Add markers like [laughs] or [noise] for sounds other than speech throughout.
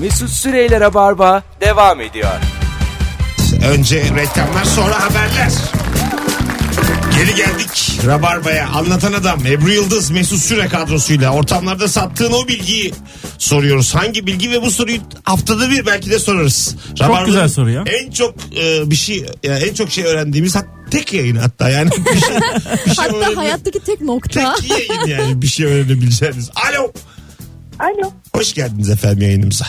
Mesut Süreyler'e barba devam ediyor. Önce reklamlar sonra haberler. Geri geldik Rabarba'ya anlatan adam Ebru Yıldız Mesut Süre kadrosuyla ortamlarda sattığın o bilgiyi soruyoruz. Hangi bilgi ve bu soruyu haftada bir belki de sorarız. Rabarba'nın güzel soru ya. En çok e, bir şey yani en çok şey öğrendiğimiz hat, tek yayın hatta yani bir şey, bir şey öğrenebil- Hatta hayattaki tek nokta. tek yayın yani bir şey öğrenebileceğiniz. Alo Alo. hoş geldiniz efendim yayınımıza.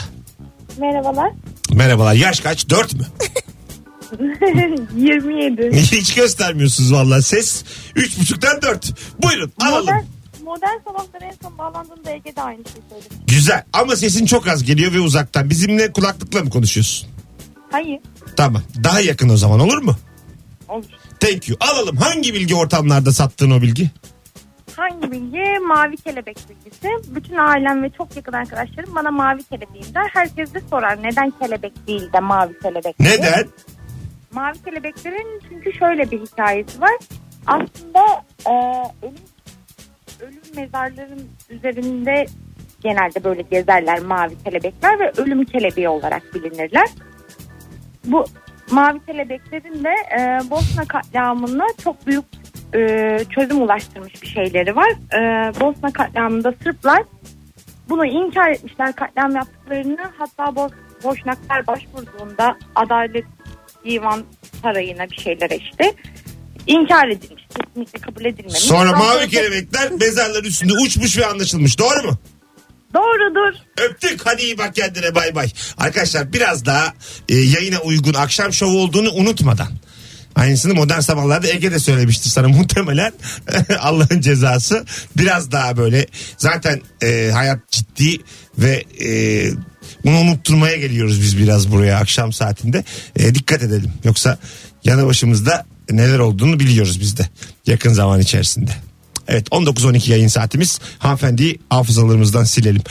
Merhabalar. [laughs] Merhabalar yaş kaç 4 mü? 27. Hiç göstermiyorsunuz vallahi ses 3.5'dan 4. Buyurun alalım. Modern, modern sabahlara en son bağlandığımda Ege de aynı şeyi söyledi. Güzel ama sesin çok az geliyor ve uzaktan. Bizimle kulaklıkla mı konuşuyorsun? Hayır. Tamam. Daha yakın o zaman olur mu? Olur. Thank you. Alalım. Hangi bilgi ortamlarda sattığın o bilgi? Hangi bilgi? Mavi kelebek bilgisi. Bütün ailem ve çok yakın arkadaşlarım bana mavi kelebeğim der. Herkes de sorar neden kelebek değil de mavi kelebek diye. Neden? Mavi kelebeklerin çünkü şöyle bir hikayesi var. Aslında e, ölüm, ölüm mezarların üzerinde genelde böyle gezerler mavi kelebekler ve ölüm kelebeği olarak bilinirler. Bu mavi kelebeklerin de e, Bosna katliamına çok büyük e, çözüm ulaştırmış bir şeyleri var. E, Bosna katliamında Sırplar bunu inkar etmişler katliam yaptıklarını. Hatta Bos Boşnaklar başvurduğunda adalet divan sarayına bir şeylere işte inkar edilmiş. Kesinlikle kabul edilmemiş. Sonra Ondan mavi sonra- kelebekler mezarların üstünde uçmuş ve anlaşılmış. Doğru mu? Doğrudur. Öptük. Hadi iyi bak kendine bay bay. Arkadaşlar biraz daha e, yayına uygun akşam şovu olduğunu unutmadan. Aynısını modern sabahlarda Ege de söylemişti sana muhtemelen. [laughs] Allah'ın cezası. Biraz daha böyle zaten e, hayat ciddi ve e, bunu unutturmaya geliyoruz biz biraz buraya akşam saatinde. E, dikkat edelim. Yoksa yanı başımızda neler olduğunu biliyoruz biz de yakın zaman içerisinde. Evet 19-12 yayın saatimiz. Hanımefendiyi hafızalarımızdan silelim.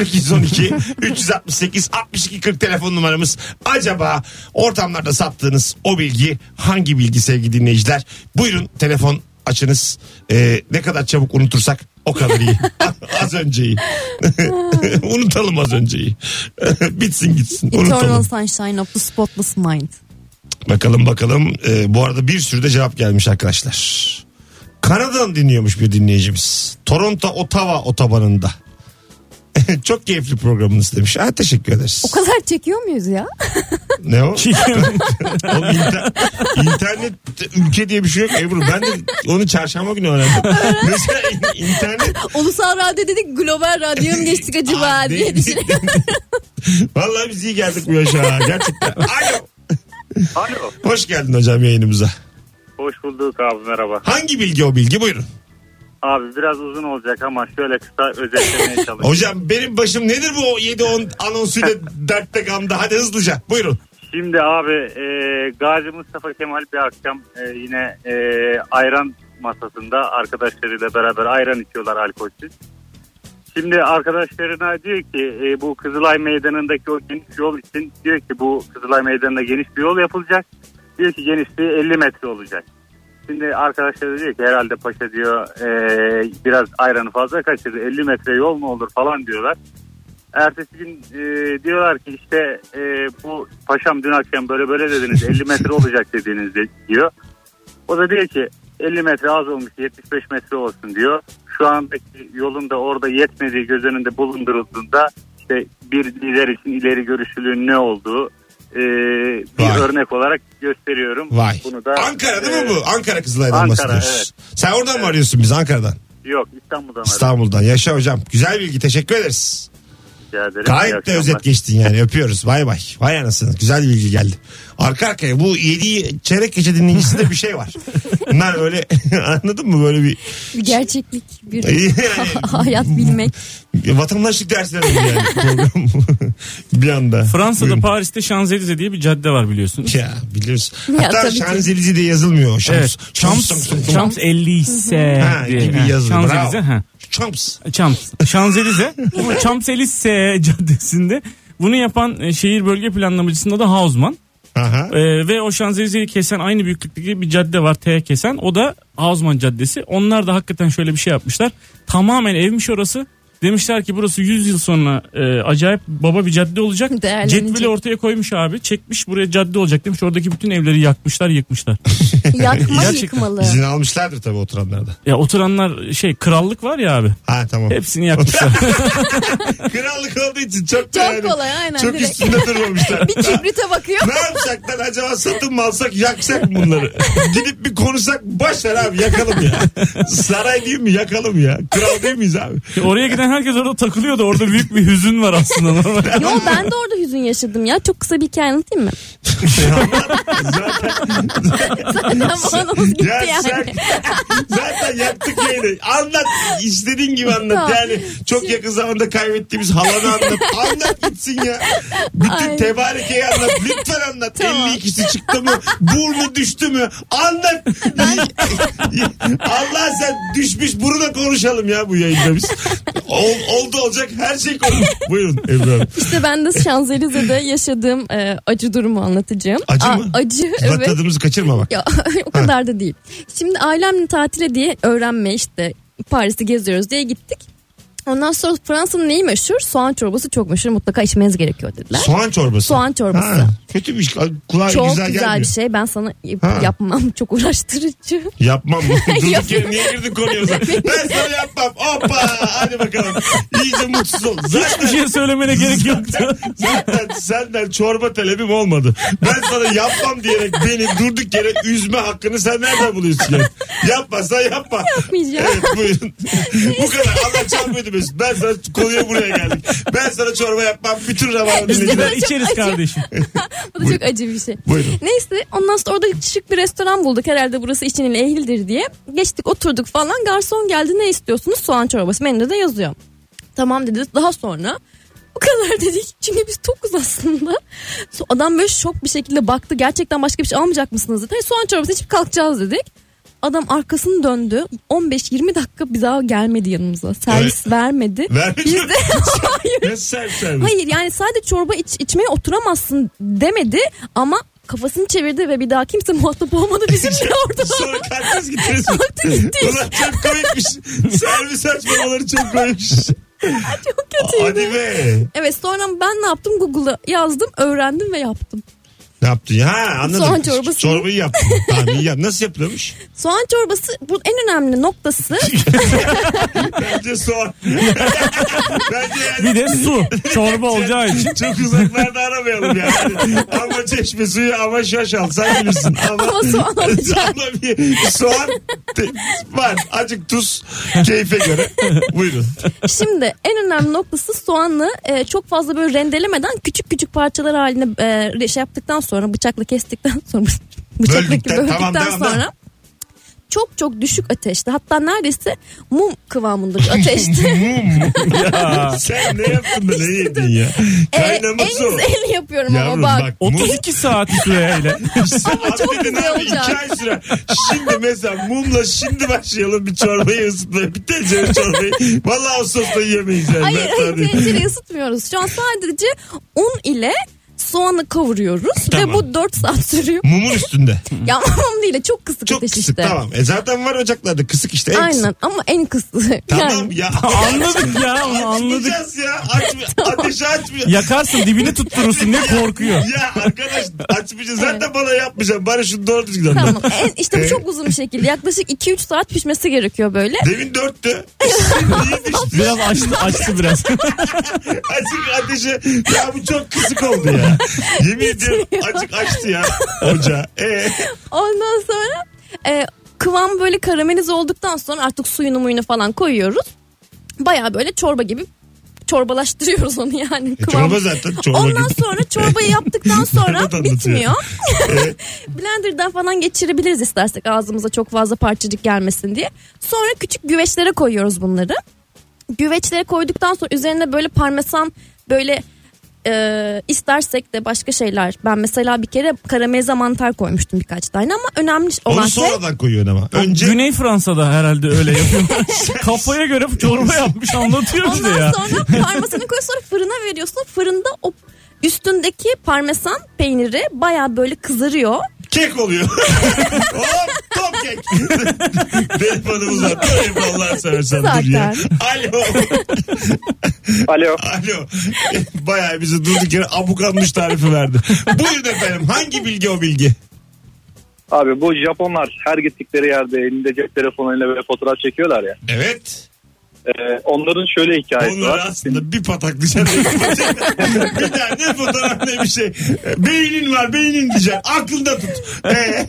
0212 368 62 40 telefon numaramız. Acaba ortamlarda sattığınız o bilgi hangi bilgi sevgili dinleyiciler? Buyurun telefon açınız. Ee, ne kadar çabuk unutursak o kadar iyi. az önceyi. [laughs] Unutalım az önceyi. [laughs] Bitsin gitsin. Eternal Unutalım. Sunshine of the Spotless Mind. Bakalım bakalım. Ee, bu arada bir sürü de cevap gelmiş arkadaşlar. Kanada'dan dinliyormuş bir dinleyicimiz. Toronto Ottawa otobanında. [laughs] Çok keyifli programınız demiş. Ha, teşekkür ederiz. O kadar çekiyor muyuz [laughs] ya? Ne [laughs] o? Oğlum inter- internet ülke diye bir şey yok Ebru. Ben de onu çarşamba [laughs] günü öğrendim. Mesela in- internet Ulusal radyo dedik global radyoya mı geçtik acaba Aa, diye ne- düşünüyorum. [laughs] Vallahi biz iyi geldik bu yaşa. ha, Gerçekten. Alo. Alo. Hoş geldin hocam yayınımıza. Hoş bulduk abi merhaba. Hangi bilgi o bilgi buyurun. Abi biraz uzun olacak ama şöyle kısa özetlemeye çalışayım. Hocam benim başım nedir bu 7-10 [laughs] anonsuyla dertte gamda hadi hızlıca buyurun. Şimdi abi e, Gazi Mustafa Kemal bir akşam e, yine e, ayran masasında arkadaşlarıyla beraber ayran içiyorlar alkolsüz. Şimdi arkadaşlarına diyor ki e, bu Kızılay Meydanı'ndaki o geniş yol için diyor ki bu Kızılay Meydanı'nda geniş bir yol yapılacak. Diyor ki genişliği 50 metre olacak. Şimdi arkadaşları diyor ki herhalde paşa diyor e, biraz ayranı fazla kaçırdı 50 metre yol mu olur falan diyorlar. Ertesi gün e, diyorlar ki işte e, bu paşam dün akşam böyle böyle dediniz 50 metre olacak dediğiniz de- diyor. O da diyor ki 50 metre az olmuş 75 metre olsun diyor. Şu andaki yolun da orada yetmediği göz önünde bulundurulduğunda işte bir lider için ileri görüşlülüğün ne olduğu e, bir Vay. örnek olarak gösteriyorum. Vay. Bunu da, Ankara değil mi e, bu? Ankara Kızılay'dan Ankara, bahsediyoruz. Sen oradan mı arıyorsun biz Ankara'dan? Yok İstanbul'dan İstanbul. İstanbul'dan. Yaşa hocam. Güzel bilgi. Teşekkür ederiz. rica ederim. İyi Gayet de akşamlar. özet geçtin yani. Öpüyoruz. Bay bay. Vay anasını. Güzel bilgi geldi. Arka arkaya bu 7 çeyrek gece dinleyicisinde bir şey [laughs] var. Bunlar öyle [laughs] anladın mı? Böyle bir Bir gerçeklik, bir Yani- hayat bilmek. vatandaşlık dersleri oldu yani [laughs] program. bir anda. Fransa'da Buyurun. Paris'te Şanzelize diye bir cadde var biliyorsunuz. ya biliyoruz. Ya, Hatta tabii ki. Şanzelize de yazılmıyor. o Şams. Evet. Champs, Champs Ha, Elise diye. gibi Ha, yazılır. Şanzelize, Bravo. ha. Champs. Champs. Şanzelize. Bu Champs-Élysées [laughs] caddesinde. Bunu yapan e, şehir bölge planlamacısında da Hausmann. Aha. E, ve o Şanzelize'yi kesen aynı büyüklükteki bir cadde var T kesen. O da Hausmann Caddesi. Onlar da hakikaten şöyle bir şey yapmışlar. Tamamen evmiş orası. Demişler ki burası 100 yıl sonra e, acayip baba bir cadde olacak. Değerlenecek. Cetveli ortaya koymuş abi. Çekmiş buraya cadde olacak demiş. Oradaki bütün evleri yakmışlar yıkmışlar. [laughs] Yakma Gerçekten. yıkmalı. İzin almışlardır tabii oturanlarda. ya oturanlar şey krallık var ya abi. Ha tamam. [laughs] Hepsini yakmışlar. Krallık olduğu için çok Çok yani- kolay, aynen, Çok direkt. üstünde [laughs] durmamışlar. Bir kibrite bakıyor. [laughs] ne yapsak lan acaba satın mı alsak yaksak mı bunları? Gidip bir konuşsak başlar abi yakalım ya. [laughs] Saray değil mi yakalım ya. Kral değil miyiz abi? Oraya giden herkes orada takılıyordu. Orada büyük bir hüzün var aslında. normal. Yo ben de orada hüzün yaşadım ya. Çok kısa bir hikaye anlatayım mı? Şey, [laughs] Zaten bağlamız gitti ya yani. [laughs] sen zaten yaptık yayını. Anlat istediğin gibi anlat. Tamam. Yani çok yakın zamanda kaybettiğimiz halanı anlat. Anlat gitsin ya. Bütün Ay. tebarekeyi anlat. Lütfen anlat. Tamam. 52'si çıktı mı? Burnu düştü mü? Anlat. [laughs] Allah sen düşmüş buruna konuşalım ya bu yayında biz. Ol- oldu olacak her şey konuş. Buyurun Ebru Hanım. İşte ben de Şanzelize'de yaşadığım e, acı durumu anlatacağım. Acı Aa, mı? Acı Bak evet. tadımızı kaçırma bak. Ya [laughs] o kadar da değil. Şimdi ailemle tatile diye öğrenme işte Paris'i geziyoruz diye gittik. Ondan sonra Fransa'nın neyi meşhur? Soğan çorbası çok meşhur. Mutlaka içmeniz gerekiyor dediler. Soğan çorbası. Soğan çorbası. Ha, kötüymüş. Kulağa çok güzel, güzel, gelmiyor. bir şey. Ben sana yap- Ha. yapmam. Çok uğraştırıcı. [laughs] Yapmam. Durduk Yap- yere niye girdin konuya o zaman? Ben sana yapmam. Hoppa. Hadi bakalım. İyice mutsuz ol. Zaten, Bir şey söylemene gerek yoktu. zaten senden çorba talebim olmadı. Ben sana yapmam diyerek beni durduk yere üzme hakkını sen nereden buluyorsun yani? Yapmazsan yapma. Yapmayacağım. Evet buyurun. Bu kadar. Allah çalmıyordu Mesut. Ben sana konuya buraya geldik. Ben sana çorba yapmam. Bütün ravarı Biz gider dinleyiciler. içeriz kardeşim. Bu da çok acı bir şey. Buyurun. Neyse ondan sonra orada şık bir restoran bulduk. Herhalde burası için ehildir diye. Geçtik oturduk falan. Garson geldi ne istiyorsunuz? Soğan çorbası. Menüde de yazıyor. Tamam dedi. Daha sonra bu kadar [laughs] dedik. Çünkü biz tokuz aslında. So- Adam böyle şok bir şekilde baktı. Gerçekten başka bir şey almayacak mısınız dedi. "Hayır, soğan çorbası içip kalkacağız dedik. Adam arkasını döndü. 15-20 dakika bir daha gelmedi yanımıza. Servis vermedi. Vermedi Biz mi? de hayır. Ne sen sen. Hayır yani sadece çorba iç, içmeye oturamazsın demedi ama kafasını çevirdi ve bir daha kimse [laughs] muhatap olmadı [laughs] bizimle orada. Sonra kalkacağız gideriz. Kalktı gitti. Ulan çok komikmiş. Servis açmamaları çok komikmiş. Şey, Çok kötüydü. Hadi be. Evet sonra ben ne yaptım Google'a yazdım öğrendim ve yaptım. Ne yaptın ya? Ha, anladım. Soğan çorbası. Çorbayı yaptın. tamam iyi yap. Nasıl yapılıyormuş? Soğan çorbası bu en önemli noktası. [laughs] [laughs] Bence soğan. Bence yani Bir de su. Çorba olacağı için. çok uzaklarda aramayalım yani. ama çeşme suyu ama şaşal. Sen bilirsin. Ama, Ama [laughs] soğan olacak. Ama bir soğan te- var. Acık tuz keyfe göre. Buyurun. Şimdi en önemli noktası soğanı e, çok fazla böyle rendelemeden küçük küçük parçalar haline e, şey yaptıktan sonra bıçakla kestikten [laughs] sonra bıçakla Böldükten, böldükten, tamam, devam, sonra devam. çok çok düşük ateşte hatta neredeyse mum kıvamında [laughs] bir ateşte Sen ne yaptın da ne yedin ya? E, Kaynaması en o. güzelini yapıyorum Yavrum ama bak. bak. mum- [laughs] 32 saat süreyle. Çok dedin güzel abi olacak. iki ay sürer. Şimdi mesela mumla şimdi başlayalım bir çorbayı ısıtmaya. Bir tencere çorbayı. Valla Ağustos'ta yiyemeyiz yani. Hayır Ben sana hayır diyeyim. tencereyi ısıtmıyoruz. Şu an sadece un ile soğanı kavuruyoruz Tamam. ve bu 4 saat sürüyor. Mumun üstünde. ya mum değil de çok kısık Çok ateş kısık işte. tamam. E zaten var ocaklarda kısık işte. En kısık. Aynen ama en kısık. Tamam yani. ya. Anladık ya onu anladık. Açmayacağız ya. Açmıyor. Ateşi açmıyor. Ya. Yakarsın dibini tutturursun ne korkuyor. arkadaş açmayacağız. Zaten bana yapmayacaksın. Bari şunu doğru düzgün anlat. Tamam. En, [laughs] işte E? bu çok uzun bir şekilde. Yaklaşık 2-3 saat pişmesi gerekiyor böyle. Demin dörttü. Şimdi niye düştü? Biraz açtı açtı biraz. Açık ateşe. Ya bu çok kısık [laughs] oldu ya. Yemin ediyorum açık açtı ya. Hoca. E, Eee? Ondan sonra e, kıvam böyle karamelize olduktan sonra artık suyunu muyunu falan koyuyoruz. Baya böyle çorba gibi çorbalaştırıyoruz onu yani. E, kıvam. çorba zaten çorba Ondan gibi. sonra çorbayı yaptıktan Evet, sonra anlatıyor. [laughs] bitmiyor. [laughs] Blender'dan falan geçirebiliriz istersek ağzımıza çok fazla parçacık gelmesin diye. Sonra küçük güveçlere koyuyoruz bunları. Güveçlere koyduktan sonra üzerine böyle parmesan böyle e, istersek de başka şeyler. Ben mesela bir kere karamelize mantar koymuştum birkaç tane ama önemli olan Onu şey sonradan koyuyorsun ama. Önce Güney Fransa'da herhalde öyle yapıyor. Kafaya göre çorba yapmış anlatıyor bize Ondan ya. sonra parmesanı koy sonra fırına veriyorsun. Fırında o üstündeki parmesan peyniri baya böyle kızarıyor. kek oluyor. [laughs] Hop Tom kek. [laughs] Telefonumuz var. Böyle Allah seversen dur ya. Alo. Alo. Alo. [laughs] Bayağı bizi durduk yere abukanmış tarifi verdi. Buyurun efendim. Hangi bilgi o bilgi? Abi bu Japonlar her gittikleri yerde elinde cep telefonuyla böyle fotoğraf çekiyorlar ya. Evet. Ee, onların şöyle hikayesi Onları var. aslında bir [laughs] pataklayacak. bir tane fotoğraf ne bir şey. Beynin var beynin diyeceksin. Aklında tut. Ee,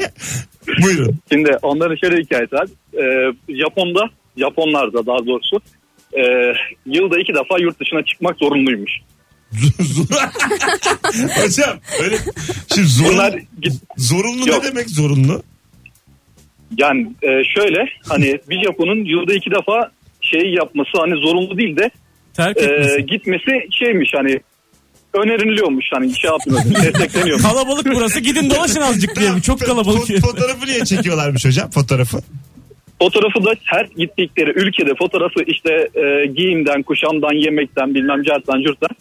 buyurun. Şimdi onların şöyle hikayesi var. Ee, Japon'da, Japonlarda daha doğrusu e, yılda iki defa yurt dışına çıkmak zorunluymuş. Zor- [laughs] Hocam öyle. Şimdi zorunlu, Bunlar git- zorunlu Yok. ne demek zorunlu? yani e, şöyle hani bir Japon'un yılda iki defa şey yapması hani zorunlu değil de Terk e, etmesin. Ee, gitmesi şeymiş hani öneriliyormuş hani şey yapmıyor destekleniyormuş. Kalabalık burası gidin dolaşın azıcık diye mi? Çok kalabalık. Fo- Fotoğrafı niye çekiyorlarmış hocam fotoğrafı? Fotoğrafı da her gittikleri ülkede fotoğrafı işte e, giyimden, kuşamdan, yemekten bilmem carttan, cürtten.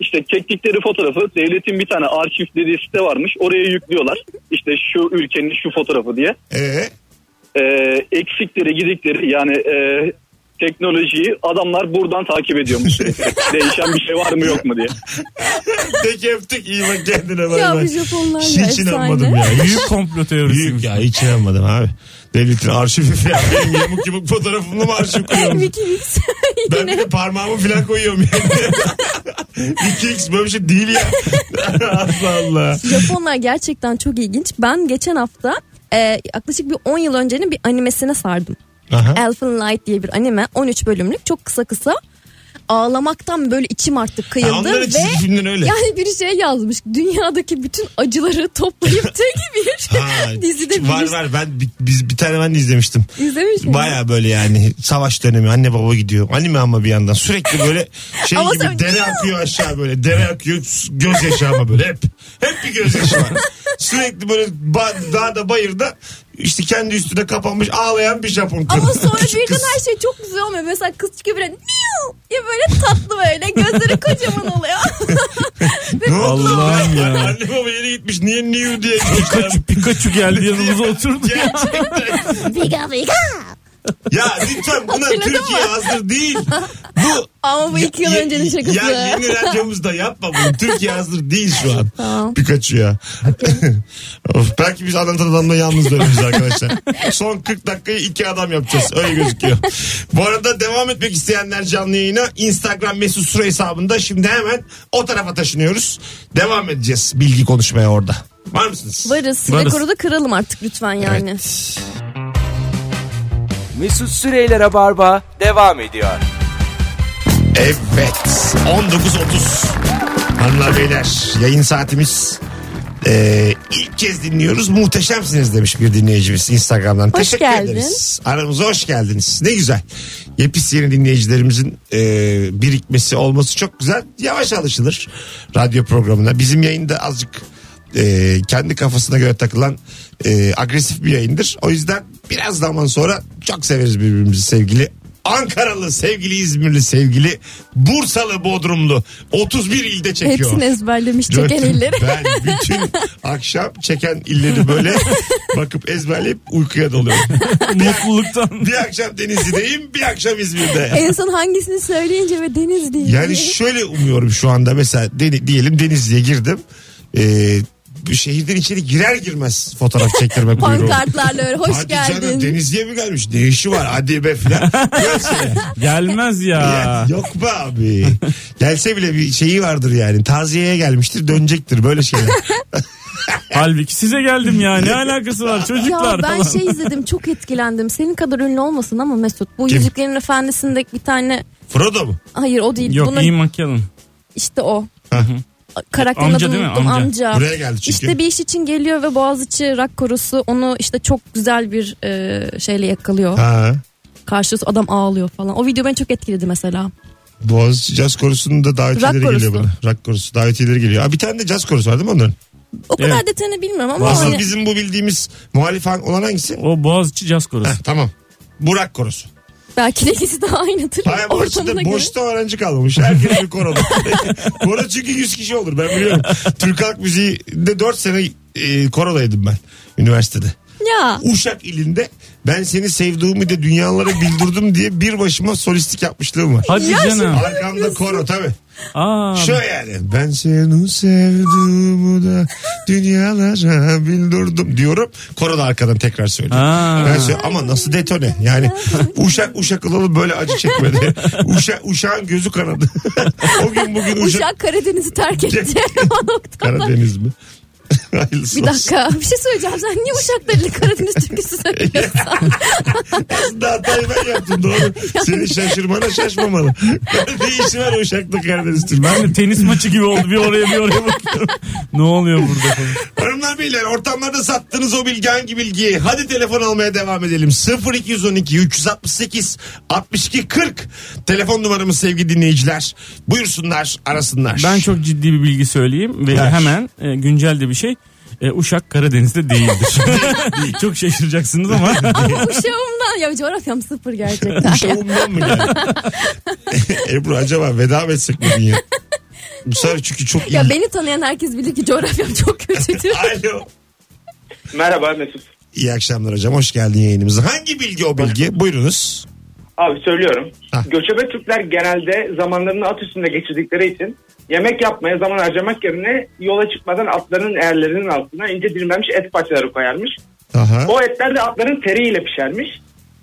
İşte çektikleri fotoğrafı devletin bir tane arşiv dediği site varmış. Oraya yüklüyorlar. İşte şu ülkenin şu fotoğrafı diye. Ee, E, eksikleri, gidikleri yani e, teknolojiyi adamlar buradan takip ediyormuş. sürekli. Değişen bir şey var mı yok mu diye. peki öptük iyi bak kendine bay Ya bu bay. Japonlar ya Hiç inanmadım efsane. ya. Büyük komplo Büyük teorisi. ya hiç inanmadım abi. Devletin arşivi falan. Benim yamuk yumuk fotoğrafımla mı arşiv [laughs] kuruyorum? Wikileaks Ben bir yine. de parmağımı falan koyuyorum yani. [laughs] 2x böyle bir şey değil ya. [laughs] Allah Allah. Japonlar gerçekten çok ilginç. Ben geçen hafta e, yaklaşık bir 10 yıl öncenin bir animesine sardım. Aha. Elfen Light diye bir anime. 13 bölümlük çok kısa kısa. Ağlamaktan böyle içim artık Ha, kıyıldı onların ve çizgi filmleri [laughs] öyle. yani bir şey yazmış. Dünyadaki bütün acıları [laughs] toplayıp tek bir [laughs] Ha, dizide var bir var ben bi- biz bir tane ben de izlemiştim. izlemiş miyim? Baya böyle yani savaş dönemi anne baba gidiyor. Anime ama bir yandan sürekli böyle şey Ama gibi sen- dere akıyor aşağı böyle. Dere akıyor s- gözyaşı ama böyle hep. Hep bir gözyaşı var. sürekli böyle ba- dağda bayırda işte kendi üstüne kapanmış ağlayan bir Japon kadın. [laughs] Ama sonra Küçük birden kız. her şey çok güzel olmuyor. Mesela kız çıkıyor böyle "Miau!" ya böyle tatlı böyle gözleri kocaman oluyor. Ne oldu? [laughs] Allah'ım ya. Anne baba yeni gitmiş niye new diye geçtiler. Pikachu geldi yanımıza oturdu. Gerçekten. Biga biga. Ya lütfen bunlar Hatırladın Türkiye hazır değil. Bu Ama bu iki yıl Ye- öncenin ye- şakası. Ya yeni radyomuzda yapma bunu. Türkiye hazır değil şu an. Tamam. [laughs] Pikachu ya. of, belki biz anlatan adamla yalnız döneriz arkadaşlar. Son 40 dakikayı iki adam yapacağız. Öyle gözüküyor. Bu arada devam etmek isteyenler canlı yayına Instagram mesut süre hesabında şimdi hemen o tarafa taşınıyoruz. Devam edeceğiz bilgi konuşmaya orada. Var mısınız? Varız. Varız. Rekoru da kıralım artık lütfen yani. Mesut Süreyler'e barba devam ediyor. Evet. 19.30. Hanımlar beyler yayın saatimiz. Ee, ilk kez dinliyoruz. Muhteşemsiniz demiş bir dinleyicimiz Instagram'dan. Hoş Teşekkür geldin. ederiz. Aramıza hoş geldiniz. Ne güzel. Yepis yeni dinleyicilerimizin e, birikmesi olması çok güzel. Yavaş alışılır radyo programına. Bizim yayında azıcık e, kendi kafasına göre takılan e, agresif bir yayındır. O yüzden biraz zaman sonra çok severiz birbirimizi sevgili Ankaralı, sevgili İzmirli, sevgili Bursalı, Bodrumlu 31 ilde çekiyor. Hepsini ezberlemiş çeken Gördüm. elleri. [laughs] Ben bütün akşam çeken illeri böyle bakıp ezberleyip uykuya dalıyorum. [laughs] Mutluluktan. Bir akşam Denizli'deyim bir akşam İzmir'de. En son hangisini söyleyince ve Deniz diye. Yani şöyle umuyorum şu anda mesela deni- diyelim Denizli'ye girdim. Ee, bu şehirden içeri girer girmez fotoğraf çektirme kuyruğu. Pankartlarla öyle hoş Hadi geldin. canım Denizli'ye mi gelmiş? Ne işi var? Hadi be filan. [laughs] Gelsene. Gelmez ya. Yani yok be abi. Gelse bile bir şeyi vardır yani. Taziyeye gelmiştir dönecektir [laughs] böyle şeyler. Halbuki size geldim ya. Ne alakası var çocuklar ya ben falan. şey izledim çok etkilendim. Senin kadar ünlü olmasın ama Mesut. Bu Kim? Yüzüklerin Efendisi'ndeki bir tane Frodo mu? hayır o değil. Yok Bunun iyi makyalın. işte o. Hah. Karakterin Amca adını değil mi? unuttum amca. Amca. Buraya geldi çünkü. İşte bir iş için geliyor ve Boğaziçi Rock Korosu onu işte çok güzel bir e, şeyle yakalıyor. Ha. Karşısı adam ağlıyor falan. O video beni çok etkiledi mesela. Boğaziçi Caz Korusu'nun da davetiyeleri Rock Korusu. geliyor bana. Rock Korusu davetiyeleri geliyor. Aa, bir tane de Caz Korusu var değil mi onların? O kadar Evet. detayını bilmiyorum ama Asıl hani bizim bu bildiğimiz muhalif han- olan hangisi? O Boğaziçi Caz Korosu. Heh, tamam. Burak Korusu. belki de ikisi de aynıdır. Hayır Ortamına boşta, göre. boşta öğrenci kalmamış. Herkes bir koroda. [laughs] Koro çünkü 100 kişi olur ben biliyorum. Türk Halk Müziği'de 4 sene e, korodaydım ben üniversitede. Ya. Uşak ilinde ben seni sevduğumu de dünyalara bildirdim diye bir başıma solistik yapmışlığım var. Hadi canım. Arkamda koro tabii. Aa, Şu yani ben seni sevduğumu da dünyalara bildirdim diyorum. Koro da arkadan tekrar söylüyor. Ha. Ben söylüyorum ama nasıl detone [laughs] yani uşak uşak olalı böyle acı çekmedi. Uşak uşağın gözü kanadı. [laughs] o gün bugün uşak, Uşak Karadeniz'i terk etti. o [laughs] noktada. [laughs] Karadeniz mi? Hayırlısı Bir olsun. dakika bir şey söyleyeceğim. Sen niye Uşaklarıyla Karadeniz türküsü söylüyorsun? Aslında hatayı ben yaptım doğru. Seni şaşırmana şaşmamalı. [laughs] ne işi var uşaklı Karadeniz Türk? ben de tenis maçı gibi oldu. Bir oraya bir oraya bakıyorum. [laughs] ne oluyor burada? falan? Hanımlar beyler ortamlarda sattığınız o bilgi hangi bilgi? Hadi telefon almaya devam edelim. 0212 368 62 40 telefon numaramız sevgili dinleyiciler. Buyursunlar arasınlar. Ben çok ciddi bir bilgi söyleyeyim ve Ver. hemen e, güncel de bir şey. E, Uşak Karadeniz'de değildir. [laughs] çok şaşıracaksınız ama [laughs] Uşağımdan. Ya coğrafyam sıfır gerçekten. Şovumdan mı geldi? Ebru acaba veda mı etsek mi dünya? Bu sefer çünkü çok iyi. ya beni tanıyan herkes bilir ki coğrafyam çok [laughs] kötüdür. Alo. Merhaba Mesut. İyi akşamlar hocam. Hoş geldin yayınımıza. Hangi bilgi o bilgi? Buyurunuz. Abi söylüyorum. Hah. Göçebe Türkler genelde zamanlarını at üstünde geçirdikleri için yemek yapmaya zaman harcamak yerine yola çıkmadan atların eğerlerinin altına ince dilimlenmiş et parçaları koyarmış. Aha. O etler de atların teriyle pişermiş.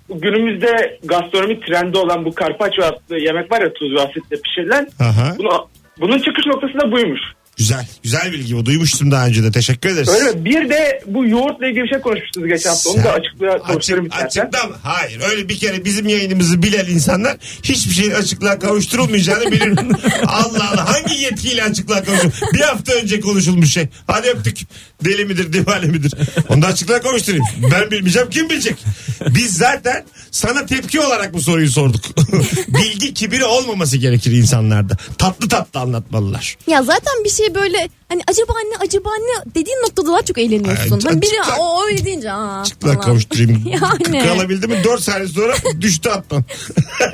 Günümüzde gastronomi trendi olan bu karpaço adlı yemek var ya tuz ve asitle pişirilen. Aha. Bunu, bunun çıkış noktası da buymuş. Güzel. Güzel bilgi bu. Duymuştum daha önce de. Teşekkür ederiz. Öyle mi? Bir de bu yoğurtla ilgili bir şey konuşmuştunuz geçen hafta. Onu da açıklığa kavuştururum Açık, istersen. açıkta mı? Hayır. Öyle bir kere bizim yayınımızı bilen insanlar hiçbir şeyin açıklığa kavuşturulmayacağını bilir. Allah Allah. Hangi yetkiyle açıklığa kavuşur? Bir hafta önce konuşulmuş şey. Hadi öptük. Deli midir, divane midir? Onu da açıklığa kavuşturayım. Ben bilmeyeceğim. Kim bilecek? Biz zaten sana tepki olarak bu soruyu sorduk. [laughs] Bilgi kibiri olmaması gerekir insanlarda. Tatlı tatlı anlatmalılar. Ya zaten bir şey böyle hani acaba anne acaba anne dediğin noktada daha çok eğleniyorsun. Ay, Hani biri çıplak- o öyle deyince aa. Çıplak falan. [laughs] kavuşturayım. Yani. Kalabildi mi 4 saniye sonra düştü attan. [laughs]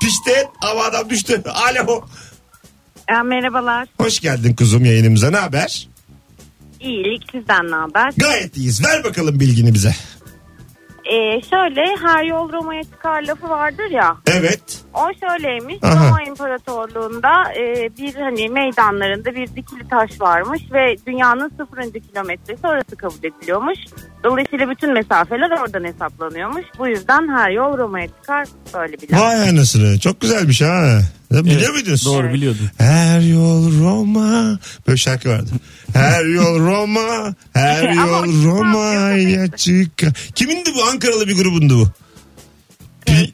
Pişti et ama adam düştü. Alo. Ya, merhabalar. Hoş geldin kuzum yayınımıza. Ne haber? İyilik sizden ne haber? Gayet iyiyiz. Ver bakalım bilgini bize. Ee, şöyle her yol Roma'ya çıkar lafı vardır ya. Evet. O şöyleymiş. Aha. Roma İmparatorluğu'nda e, bir hani meydanlarında bir dikili taş varmış ve dünyanın sıfırıncı kilometresi orası kabul ediliyormuş. Dolayısıyla bütün mesafeler oradan hesaplanıyormuş. Bu yüzden her yol Roma'ya çıkar böyle bir laf. Vay anasını. Çok güzelmiş ha. Ya Biliyor Evet, muydunuz? [laughs] Doğru biliyordum. Her yol Roma. Böyle şarkı vardı. Her yol Roma. Her Ama o yol çıkmaz Roma'ya diyor. çık. Kimindi bu? Ankaralı bir grubundu bu. Pil-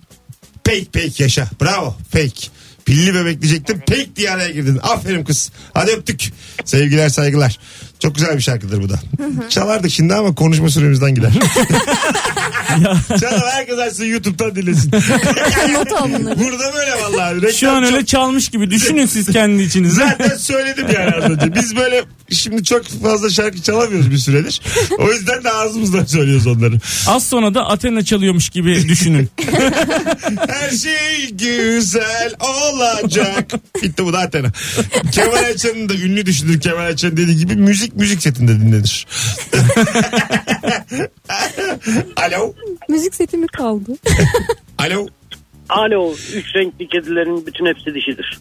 Pek pek yaşa. Bravo. Pek. Pilli bebek diyecektim. Pek diye araya girdin. Aferin kız. Hadi öptük. Sevgiler saygılar. Çok güzel bir şarkıdır bu da. Çalardık şimdi ama konuşma süremizden gider. Çalar herkes açsın YouTube'dan dinlesin. Not al bunları. Burada böyle vallahi. Reklam Şu an çok- öyle çalmış gibi düşünün siz kendi içinizde. Zaten söyledim yani az önce. Biz böyle şimdi çok fazla şarkı çalamıyoruz bir süredir. O yüzden de ağzımızdan söylüyoruz onları. Az sonra da Athena çalıyormuş gibi düşünün. Her şey güzel olacak. Bitti bu da Athena. Kemal Açan'ın da ünlü düşünür Kemal Açan dediği gibi müzik müzik setinde dinlenir. [laughs] Alo. Müzik setimi kaldı. Alo. Alo, üç renkli kedilerin bütün hepsi dişidir.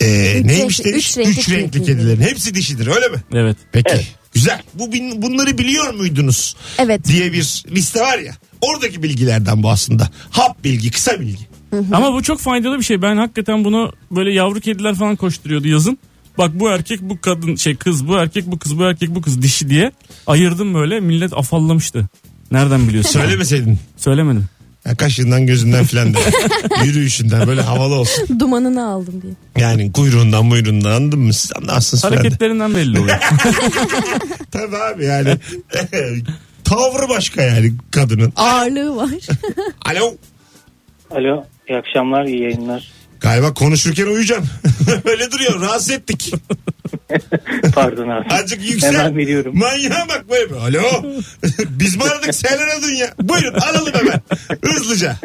Ee, Üç neymiş renkli- de? Üç, üç renkli üç renkli kedi. kedilerin. Hepsi dişidir öyle mi? Evet. Peki. Güzel. Bu bin- bunları biliyor muydunuz? Evet. Diye bir liste var ya. Oradaki bilgilerden bu aslında. Hap bilgi, kısa bilgi. Ama bu çok faydalı bir şey. Ben hakikaten bunu böyle yavru kediler falan koşturuyordu yazın. Bak bu erkek bu kadın şey kız bu erkek bu kız bu erkek bu kız dişi diye ayırdım böyle millet afallamıştı. Nereden biliyorsun? Söylemeseydin. Söylemedim. Ya kaşından gözünden filan da. Yürüyüşünden böyle havalı [laughs] olsun. Dumanını aldım diye. Yani kuyruğundan muyruğundan anladın mı? Siz anlarsınız filan da. Hareketlerinden belli oluyor. Tabii abi yani. [laughs] Tavrı başka yani kadının. Ağırlığı var. [laughs] Alo. Alo, iyi akşamlar, iyi yayınlar. Galiba konuşurken uyuyacaksın. [laughs] Öyle duruyor. Rahatsız ettik. Pardon abi. [laughs] Azıcık yüksel. Hemen veriyorum. Manyağa bak böyle. mi? Alo. [laughs] Biz mi aradık sen aradın ya. Buyurun alalım hemen. Hızlıca.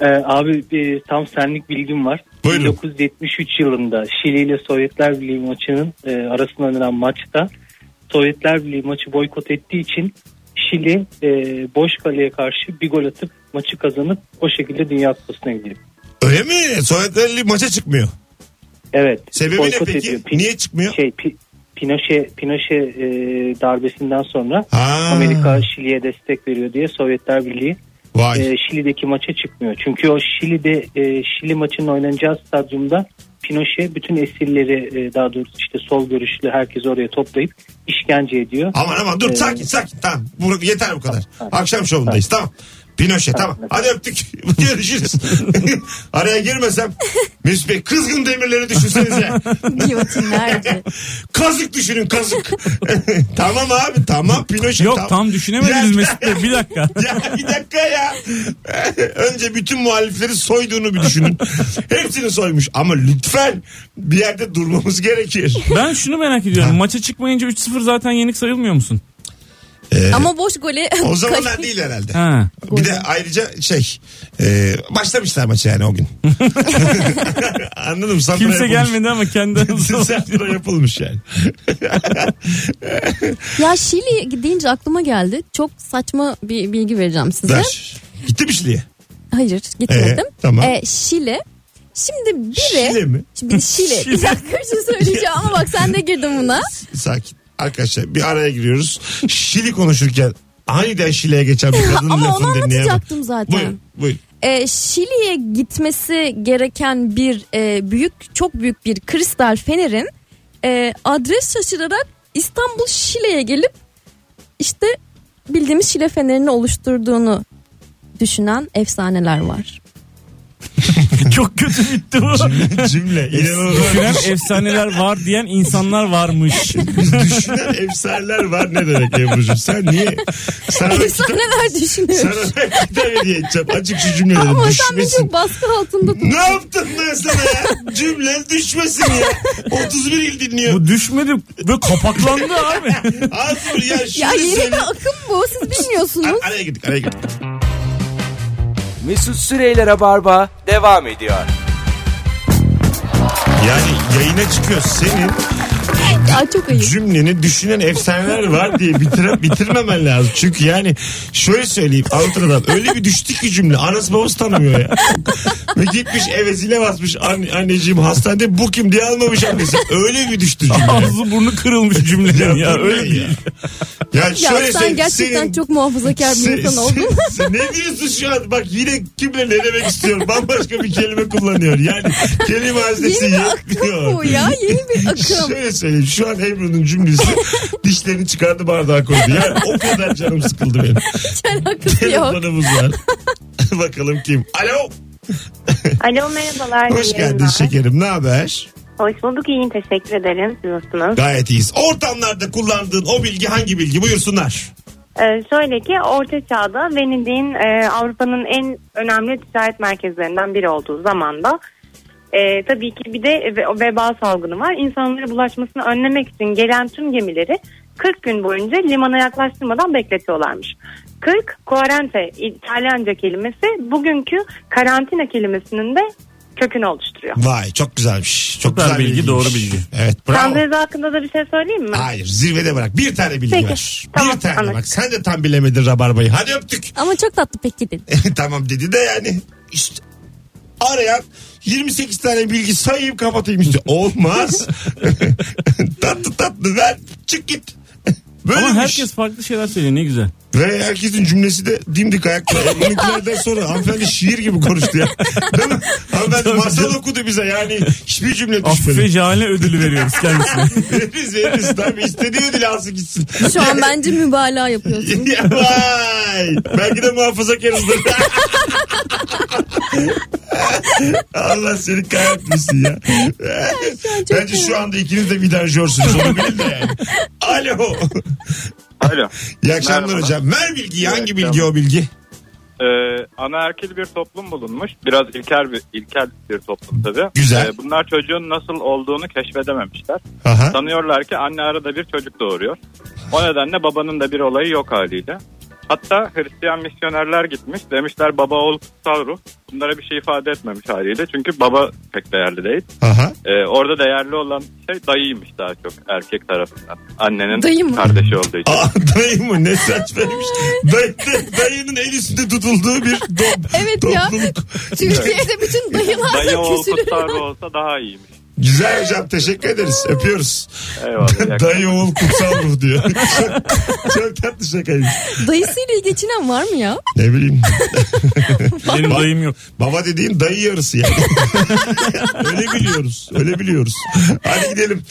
Ee, abi bir tam senlik bilgim var. Buyurun. 1973 yılında Şili ile Sovyetler Birliği maçının e, arasında oynanan maçta Sovyetler Birliği maçı boykot ettiği için Şili e, boş kaleye karşı bir gol atıp maçı kazanıp o şekilde Dünya Kupası'na gidiyor. Öyle mi? Sovyetler maça çıkmıyor. Evet. Sebebi ne boykot peki? ediyor. Pin- Niye çıkmıyor? Şey, Pi- Pinochet, Pinochet e, darbesinden sonra Ha. Amerika Şili'ye destek veriyor diye Sovyetler Birliği Vay. e, Şili'deki maça çıkmıyor. Çünkü o Şili'de e, Şili maçının oynanacağı stadyumda Pinochet bütün esirleri e, daha doğrusu işte sol görüşlü herkesi oraya toplayıp işkence ediyor. Aman aman dur Ee, sakin sakin tamam. Bu, yeter bu kadar. Akşam şovundayız tamam. Pinoşe tamam. Hadi öptük. [laughs] Görüşürüz. Araya girmesem. Mesut Bey kızgın demirleri düşünsenize. [laughs] Giyotinlerdi. kazık düşünün kazık. [laughs] tamam abi tamam Pinoşe Yok tamam. tam Ya- düşünemediniz Mesut Bey. Bir dakika. Ya bir dakika ya. Önce bütün muhalifleri soyduğunu bir düşünün. Hepsini soymuş ama lütfen bir yerde durmamız gerekir. Ben şunu merak ediyorum. Maça çıkmayınca 3-0 zaten yenik sayılmıyor musun? Ama boş gole [laughs] O zamanlar değil herhalde. Ha. Bir de ayrıca şey e, başlamışlar maçı yani o gün. Anladım. Santra Kimse yapılmış. gelmedi ama kendi [laughs] aranızda- Santra yapılmış yani. Ya Şili deyince aklıma geldi. Çok saçma bir bilgi vereceğim size. Ver. Gitti mi Şili'ye? Hayır gitmedim. Ee, tamam. Ee, Şili. Şimdi biri [laughs] Şili mi? Şimdi Şili. Şili. Bir dakika bir şey söyleyeceğim ama bak sen de girdin buna. [laughs] Sakin. Arkadaşlar bir araya giriyoruz. Şili konuşurken aniden Şili'ye geçen bir kadının Ama onu lafını dinleyemem. anlatacaktım zaten. Buyur, buyur. Ee, Şili'ye gitmesi gereken bir e, büyük çok büyük bir kristal fenerin e, adres şaşırarak İstanbul Şile'ye gelip işte bildiğimiz Şile fenerini oluşturduğunu düşünen efsaneler [laughs] var. [laughs] Çok kötü bitti bu. [laughs] Cümle. İnanılmaz. Düşünen efsaneler var diyen insanlar varmış. Düşünen efsaneler var ne demek Ebru'cum? Sen niye? Sana da kitap, Efsaneler düşünüyor. sana da kitap hediye edeceğim. Açık şu cümleleri Ama sen bir düşmesin. çok baskı altında tut. Ne yaptın ben sana ya? Cümle düşmesin ya. 31 il dinliyor. Bu düşmedi. Böyle kapaklandı abi. Asıl ya şunu Ya yeni söyle. bir akım bu siz bilmiyorsunuz. Ar- araya gittik araya gittik. Mesut Süreyler'e barba devam ediyor. Yani yayına çıkıyor senin Ya çok ayıp. cümleni düşünen efsaneler var diye bitire, bitirmemen lazım. Çünkü yani şöyle söyleyeyim Antalya'dan öyle bir düştü ki cümle. Anası babası tanımıyor ya. Ve gitmiş evesiyle basmış Anne, anneciğim hastanede bu kim diye almamış annesi. Öyle bir düştü cümle. Ağzı burnu kırılmış cümlenin ya. bu Öyle ne bir. ya. Ya, Ya şöyle sen söyleyeyim, gerçekten senin- çok muhafazakar bir Sen- insan [laughs] oldun. sen- sen ne diyorsun şu an? Bak yine kimle ne demek istiyor? Bambaşka bir kelime kullanıyor. Yani kelime haznesi Yeni bir akım yetmiyor. bu ya. Yeni bir [laughs] akım. Şöyle söyleyeyim. Şu an Ebru'nun cümlesi dişlerini çıkardı bardağa koydu. Yani o kadar canım sıkıldı benim. Alakası yok. Telefonumuz var. [laughs] Bakalım kim? Alo. Alo merhabalar. Hoş iyi geldin yayınlar. şekerim. Ne haber? Hoş bulduk iyiyim teşekkür ederim. Siz nasılsınız? Gayet iyiyiz. Ortamlarda kullandığın o bilgi hangi bilgi? Buyursunlar. Ee, şöyle ki Orta Çağ'da Venedik'in e, Avrupa'nın en önemli ticaret merkezlerinden biri olduğu zamanda e, tabii ki bir de ve- veba salgını var. İnsanlara bulaşmasını önlemek için gelen tüm gemileri 40 gün boyunca limana yaklaştırmadan bekletiyorlarmış. 40 quarante İtalyanca kelimesi bugünkü karantina kelimesinin de kökünü oluşturuyor. Vay çok güzelmiş. Çok Süper güzel bilgi, bilgiymiş. doğru bilgi. Evet bravo. Sandalye hakkında da bir şey söyleyeyim mi? Hayır zirvede bırak. Bir tane bilgi Peki, var. tamam, bir tane anladım. bak. Sen de tam bilemedin rabarbayı. Hadi öptük. Ama çok tatlı peki dedi. [laughs] tamam dedi de yani. İşte arayan 28 tane bilgi sayayım kapatayım işte. [laughs] Olmaz. tatlı tatlı ver çık git. Böyle Ama herkes farklı şeyler söylüyor ne güzel. Ve herkesin cümlesi de dimdik ayakta. Bununkilerden sonra hanımefendi şiir gibi konuştu ya. Değil mi? Hanımefendi Tabii masal canım. okudu bize yani. Hiçbir cümle düşmedi. [laughs] Affe Cale ödülü veriyoruz kendisine. [laughs] veririz veririz. Tabii istediği ödülü alsın gitsin. Şu an bence mübalağa yapıyorsun. [laughs] Ya Vay. Belki de muhafazakarızdır. [laughs] Allah seni kahretmesin ya. çok Bence şu anda ikiniz de vidanjörsünüz. Onu bilin de yani. Alo. Alo. İyi akşamlar Merhaba. hocam. Ver bilgiyi. İyi Hangi akşamlar. bilgi o bilgi? Ee, anaerkil bir toplum bulunmuş. Biraz ilkel bir, ilkel bir toplum tabii. Güzel. Ee, bunlar çocuğun nasıl olduğunu keşfedememişler. Aha. Sanıyorlar ki anne arada bir çocuk doğuruyor. O nedenle babanın da bir olayı yok haliyle. Hatta Hristiyan misyonerler gitmiş. Demişler baba oğul kutsal ruh. Bunlara bir şey ifade etmemiş haliyle. Çünkü baba pek değerli değil. Aha. Ee, orada değerli olan şey dayıymış daha çok erkek tarafından. Annenin Dayı mı? kardeşi olduğu için. Aa, dayı mı ne saçmaymış. Day, day- dayının el üstünde tutulduğu bir do- Evet ya. topluluk. Türkiye'de bütün dayılar Dayı da oğul küsülür. kutsal ruh olsa daha iyiymiş. Güzel hocam teşekkür ederiz. Öpüyoruz. Eyvallah. iyi akşamlar. [laughs] Dayı oğul kutsal [laughs] ruh diyor. çok, çok tatlı şakaymış. Dayısıyla iyi geçinen var mı ya? Ne bileyim. Benim dayım yok. Baba dediğin dayı yarısı yani. [laughs] öyle biliyoruz. Öyle biliyoruz. Hadi gidelim.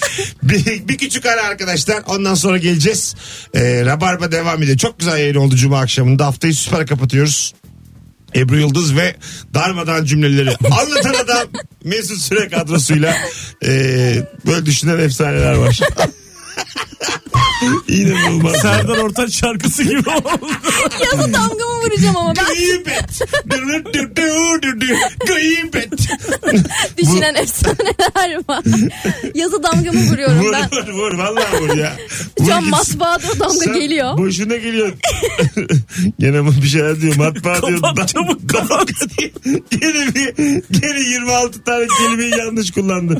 Bir, bir küçük ara arkadaşlar. Ondan sonra geleceğiz. Ee, Rabarba devam ediyor. Çok güzel yayın oldu Cuma akşamında. Haftayı süper kapatıyoruz. Ebru Yıldız ve darmadan [laughs] cümleleri anlatan adam Mesut Süre kadrosuyla e, böyle düşünen efsaneler var. [laughs] İnanılmaz. Serdar Ortaç [laughs] şarkısı gibi oldu. Yazı damgamı vuracağım ama ben Gıybet. Dürü dürü dürü dürü. Gıybet. düşünen efsaneler var. Yazı damgamı vuruyorum Vur ben. vur vur vallahi vur ya. Şu an Vur gitsin. matbaada o damga Sen geliyor. Boşuna geliyor. [laughs] Gene bir şeyler diyor. Matbaa diyor. Kapat, Dam- çabuk, damga diyor. [laughs] gene bir gene 26 tane kelimeyi yanlış kullandı.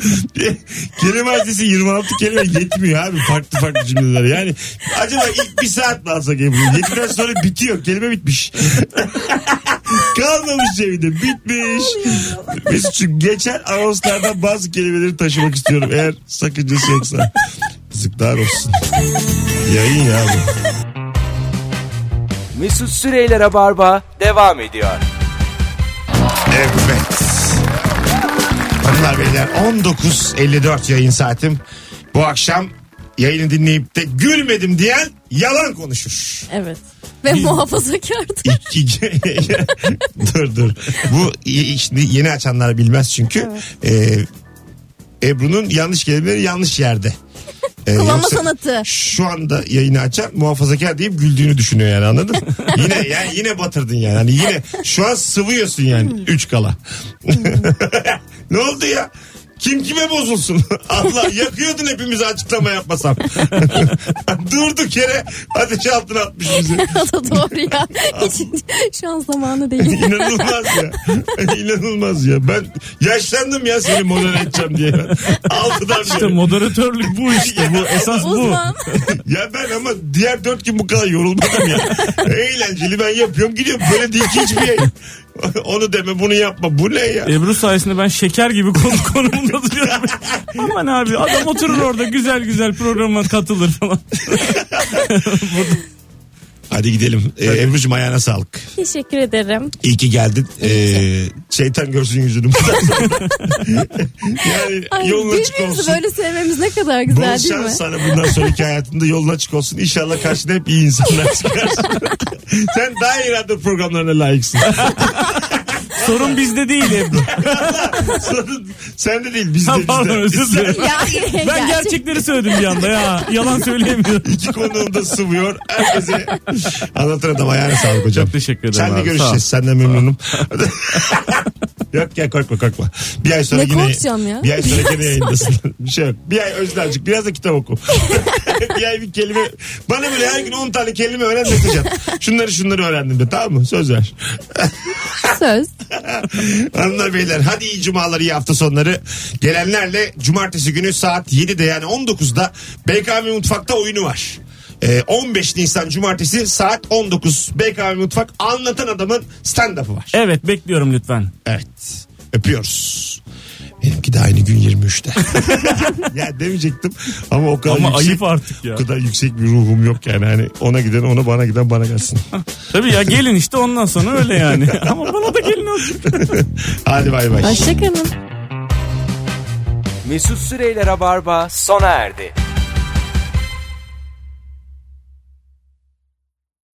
[laughs] kelime haznesi 26 kelime yetmiyor abi. Farklı farklı cümleler. Yani acaba ilk bir saat mi alsak Ebru? Yetmeden sonra bitiyor. Kelime bitmiş. [laughs] Kalmamış cebinde. Bitmiş. Mesut'cum geçen anonslardan bazı kelimeleri taşımak istiyorum. Eğer sakıncası yoksa. Yazıklar olsun. Yayın ya bu. Mesut Süreyler'e barba devam ediyor. Evet. Hanımlar beyler 19.54 yayın saatim. Bu akşam yayını dinleyip de gülmedim diyen yalan konuşur. [laughs] Evet. Ve muhafazakardı. İki- [laughs] dur dur. Bu y- şimdi yeni açanlar bilmez çünkü. Ee, Ebru'nun yanlış kelimeleri yanlış yerde. Ee, Kullanma yoksa- sanatı. [laughs] şu anda yayını açan muhafazakar deyip güldüğünü düşünüyor yani anladın mı? yine yani yine batırdın yani. Hani yine şu an sıvıyorsun yani üç kala. [laughs] ne oldu ya? Kim kime bozulsun? [laughs] Allah yakıyordun hepimizi açıklama yapmasam. [laughs] Durduk yere ateş altına atmış bizi. O da doğru ya. Hiç şu an zamanı değil. İnanılmaz ya. İnanılmaz ya. Ben yaşlandım ya seni modere edeceğim diye. ben. Altıdan İşte beri. moderatörlük bu işte. Bu esas bu. Uzman. Ya ben ama diğer dört gün bu kadar yorulmadım ya. Eğlenceli ben yapıyorum gidiyorum. Böyle değil ki hiçbir yayın. [laughs] Onu deme bunu yapma. Bu ne ya? Ebru sayesinde ben şeker gibi konu [laughs] konumunda duruyorum. Aman abi adam oturur orada güzel güzel programa katılır falan. Hadi gidelim. Ee, Ebru'cum ayağına sağlık. Teşekkür ederim. İyi ki geldin. Ee, şeytan görsün yüzünü. [laughs] bundan sonra. yani Ay, yolun açık birbirimizi olsun. böyle sevmemiz ne kadar güzel Bol değil mi? şans sana bundan sonraki hayatında yolun açık olsun. İnşallah karşına hep iyi [laughs] insanlar çıkar. Sen daha iyi radyo programlarına layıksın. [laughs] Sorun bizde değil Ebru. [laughs] Sorun Sende değil bizde Ha, bizde. pardon, özür dilerim. Ya, Ben gerçekleri söyledim bir anda ya. Yalan söyleyemiyorum. İki konuğunda sıvıyor. Herkese anlatan adam ayağına sağlık hocam. Çok teşekkür ederim Senle abi, sağ ol. görüşeceğiz. Senden [laughs] memnunum. yok ya korkma korkma. Bir ay sonra Ne yine, korkacağım ya? Bir ay sonra yine yayındasın. [laughs] bir şey yok. Bir ay Özlemcik biraz da kitap oku. [laughs] bir ay bir kelime. Bana böyle her gün 10 tane kelime öğren mesaj at. Şunları şunları öğrendim de tamam mı? Söz ver. Söz. Hanımlar beyler hadi iyi cumalar iyi hafta sonları. Gelenlerle cumartesi günü saat 7'de yani 19'da BKM Mutfak'ta oyunu var. Ee, 15 Nisan cumartesi saat 19 BKM Mutfak anlatan adamın stand-up'ı var. Evet bekliyorum lütfen. Evet öpüyoruz. Benimki de aynı gün 23'te. [laughs] ya demeyecektim ama o kadar Ama yüksek, ayıp artık ya. o kadar yüksek bir ruhum yok yani. Hani ona giden ona bana giden bana gelsin. [laughs] Tabii ya gelin işte ondan sonra öyle yani. [laughs] Ama bana da gelin azıcık. Hadi bay bay. Hoşçakalın. Mesut Süreyler'e barba sona erdi.